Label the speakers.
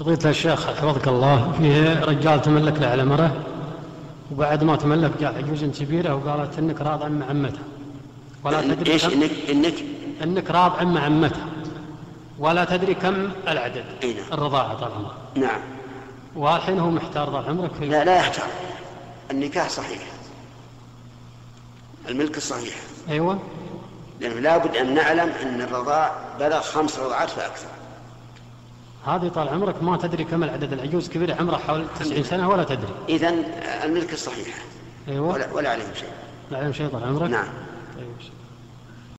Speaker 1: قضية الشيخ حفظك الله فيه رجال تملك له على مرة وبعد ما تملك جاء عجوز كبيرة وقالت إنك راض عن عمتها ولا تدري
Speaker 2: ايش
Speaker 1: كم
Speaker 2: انك انك
Speaker 1: إنك راض عن عمتها ولا تدري كم العدد
Speaker 2: أي نعم.
Speaker 1: الرضاعة طال
Speaker 2: نعم
Speaker 1: والحين هو محتار طال عمرك في
Speaker 2: لا لا يحتار النكاح صحيح الملك الصحيح
Speaker 1: أيوة
Speaker 2: لأنه لابد أن نعلم أن الرضاع بلغ خمس رضعات فأكثر
Speaker 1: هذه طال عمرك ما تدري كم العدد العجوز كبيرة عمرها حوالي 90 سنة ولا تدري
Speaker 2: إذا الملك الصحيح
Speaker 1: أيوة
Speaker 2: ولا, ولا عليهم شيء
Speaker 1: لا علم شيء طال عمرك
Speaker 2: نعم
Speaker 1: طيب